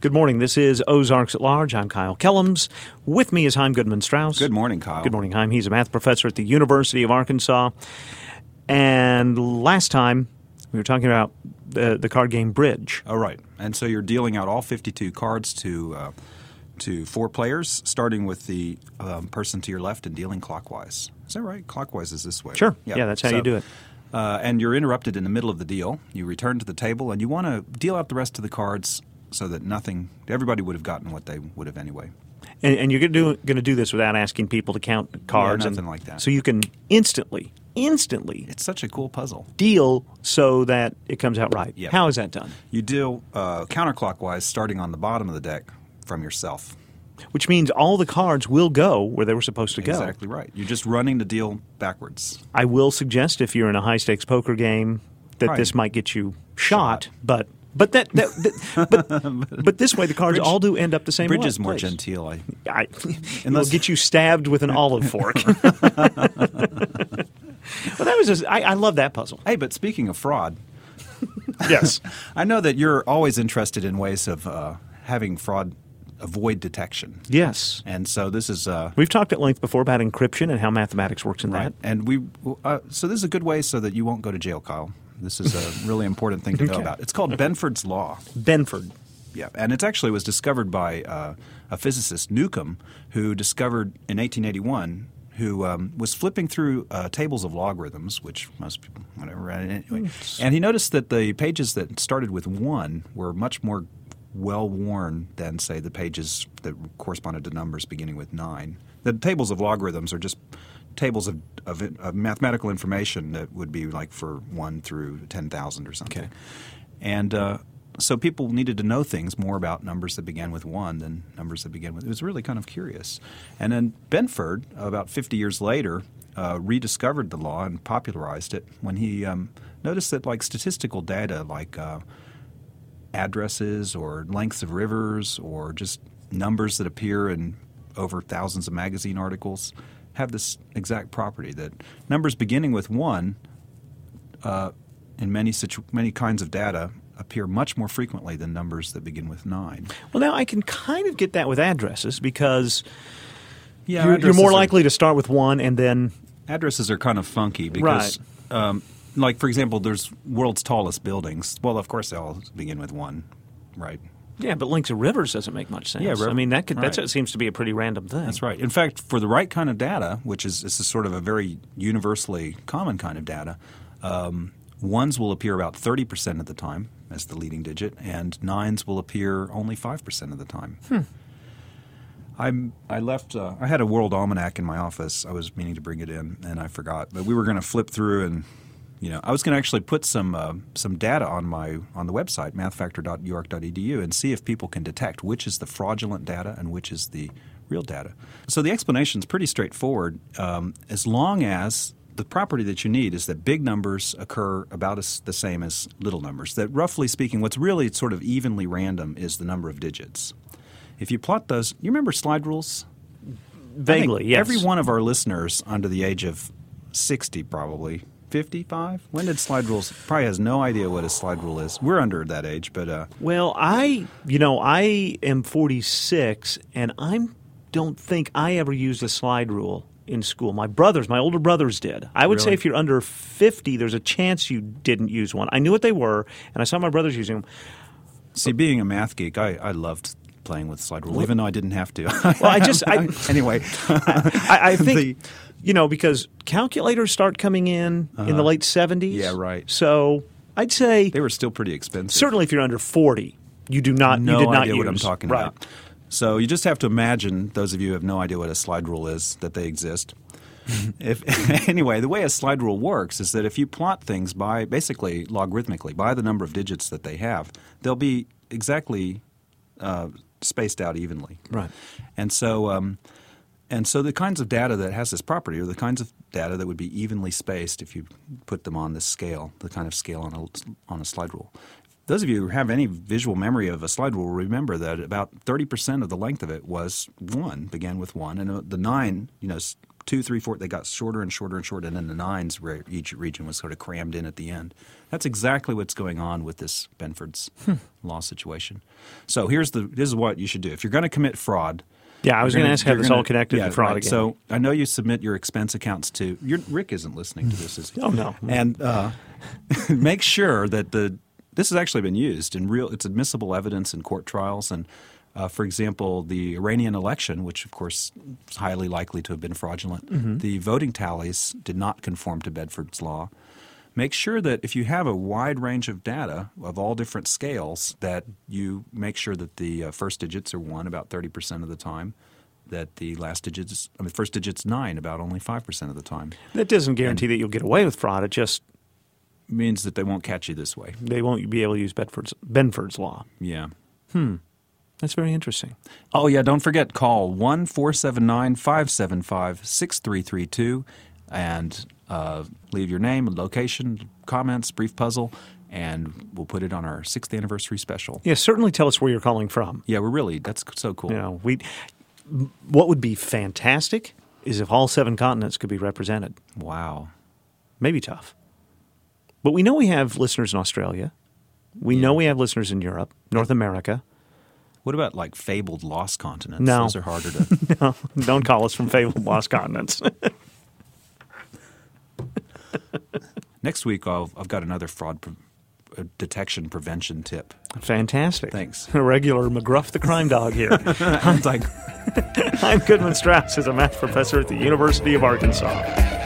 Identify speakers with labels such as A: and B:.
A: Good morning. This is Ozarks at Large. I'm Kyle Kellums. With me is Heim Goodman Strauss.
B: Good morning, Kyle.
A: Good morning, Heim. He's a math professor at the University of Arkansas. And last time we were talking about the, the card game Bridge.
B: All right, and so you're dealing out all 52 cards to uh, to four players, starting with the um, person to your left and dealing clockwise. Is that right? Clockwise is this way.
A: Sure. Yeah, that's how you do it.
B: Uh, and you're interrupted in the middle of the deal. You return to the table, and you want to deal out the rest of the cards so that nothing. Everybody would have gotten what they would have anyway.
A: And, and you're going to do, gonna do this without asking people to count cards. and-
B: nothing like that.
A: So you can instantly, instantly
B: It's such a cool puzzle.
A: deal so that it comes out right.
B: Yep.
A: How is that done?
B: You deal uh, counterclockwise, starting on the bottom of the deck from yourself.
A: Which means all the cards will go where they were supposed to go.
B: Exactly right. You're just running the deal backwards.
A: I will suggest if you're in a high stakes poker game that
B: Right.
A: this might get you shot, but but that, that, that- but but this way the cards all do end up the same
B: Bridge
A: way,
B: is more
A: place.
B: genteel. I,
A: I,
B: Unless-
A: will get you stabbed with an olive fork. well, that was just, I, I love that puzzle.
B: hey, but speaking of fraud,
A: Yes.
B: I know that you're always interested in ways of uh, having fraud avoid detection.
A: yes.
B: And so this is uh,
A: We've talked at length before about encryption and how mathematics works in
B: right.
A: that.
B: And we uh, so this is a good way so that you won't go to jail, Kyle. This is a really important thing to know
A: Okay.
B: about. It's called Benford's law.
A: Benford.
B: Yeah, and it's actually was discovered by uh, a physicist Newcomb, who discovered in 1881, who um, was flipping through uh, tables of logarithms, which most people whatever. Anyway, and he noticed that the pages that started with one were much more well worn than say the pages that corresponded to numbers beginning with nine. The tables of logarithms are just tables of, of, of mathematical information that would be like for one through ten thousand or something. And uh, so people needed to know things more about numbers that began with one than numbers that began with. It was really kind of curious. And then Benford, about 50 years later, uh, rediscovered the law and popularized it when he um, noticed that like statistical data, like uh, addresses or lengths of rivers or just numbers that appear in over thousands of magazine articles, have this exact property that numbers beginning with one in many situ- many kinds of data appear much more frequently than numbers that begin with nine.
A: Well, now I can kind of get that with addresses because you're, you're more likely to start with one and then
B: addresses are kind of funky because, um, like for example, there's world's tallest buildings. Well, of course they all begin with one, right?
A: Yeah, but links of rivers doesn't make much sense.
B: Yeah, riv-
A: I mean that could,
B: right.
A: that seems to be a pretty random thing.
B: That's right. In fact, for the right kind of data, which is this is sort of a very universally common kind of data, um, ones will appear about thirty percent of the time as the leading digit, and nines will appear only five percent of the time. I'm, I left. Uh, I had a World Almanac in my office. I was meaning to bring it in, and I forgot. But we were going to flip through, and you know, I was going to actually put some uh, some data on my on the website mathfactor.york.edu and see if people can detect which is the fraudulent data and which is the real data. So the explanation is pretty straightforward. Um, as long as the property that you need is that big numbers occur about as the same as little numbers. That roughly speaking, what's really sort of evenly random is the number of digits. If you plot those, you remember slide rules? I think
A: Vaguely, yes.
B: Every one of our listeners under the age of 60, probably 55. When did slide rules? Probably has no idea what a slide rule is. We're under that age, but uh,
A: Well, I you know I am 46, and I'm don't think I ever used a slide rule in school. My brothers, my older brothers, did. I would say
B: Really?
A: if you're under 50, there's a chance you didn't use one. I knew what they were, and I saw my brothers using them.
B: see, being a math geek, I, I loved playing with slide rule, even though I didn't have to. well,
A: I just- I-
B: anyway,
A: I, I think
B: The-
A: you know because calculators start coming in in the late 70s.
B: Uh-huh. Yeah, right.
A: So I'd say
B: they were still pretty expensive.
A: certainly if you're under 40, you do not
B: no
A: you did not
B: idea
A: use
B: what I'm talking
A: right.
B: about. So you just have to imagine those of you who have no idea what a slide rule is that they exist. if anyway, the way a slide rule works is that if you plot things by basically logarithmically by the number of digits that they have, they'll be exactly uh, spaced out evenly.
A: Right.
B: And so, um, and so the kinds of data that has this property are the kinds of data that would be evenly spaced if you put them on this scale, the kind of scale on a on a slide rule. Those of you who have any visual memory of a slide rule remember that about 30% of the length of it was one, began with one, and uh, the nine, you know, s- two, three, four. They got shorter and shorter and shorter, and then the nines where each region was sort of crammed in at the end. That's exactly what's going on with this Benford's law situation. So here's the this is what you should do if you're going to commit fraud.
A: Yeah, I was going
B: you're
A: to
B: gonna-
A: ask how
B: you're
A: this
B: gonna-
A: all connected
B: yeah,
A: to fraud
B: right.
A: again.
B: So I know you submit your expense accounts to your, Rick. Isn't listening to this? Is he?
A: Oh, no.
B: And uh, make sure that the this has actually been used in real. It's admissible evidence in court trials and. Uh, for example, the Iranian election, which of course is highly likely to have been fraudulent, the voting tallies did not conform to Bedford's law. Make sure that if you have a wide range of data of all different scales, that you make sure that the uh, first digits are one about thirty percent of the time, that the last digits, I mean, first digits nine about only five percent of the time.
A: that doesn't guarantee that you'll get away with fraud. It just
B: means that they won't catch you this way.
A: they won't be able to use Bedford's Benford's law.
B: Yeah.
A: That's very interesting.
B: Oh, yeah, don't forget, call 1 479 575 6332 and uh, leave your name, location, comments, brief puzzle, and we'll put it on our sixth anniversary special.
A: Yeah, certainly tell us where you're calling from.
B: Yeah, we're really, that's so cool.
A: You know, we what would be fantastic is if all seven continents could be represented.
B: Wow.
A: Maybe tough. But we know we have listeners in Australia. We know we have listeners in Europe, North America.
B: What about like fabled lost continents?
A: No.
B: Those are harder to.
A: No, don't call us from fabled lost continents.
B: Next week, I'll, I've got another fraud pre- uh, detection prevention tip.
A: Fantastic.
B: Thanks.
A: A regular McGruff the crime dog here.
B: it's like.
A: I'm Goodman Strauss, as a math professor at the University of Arkansas.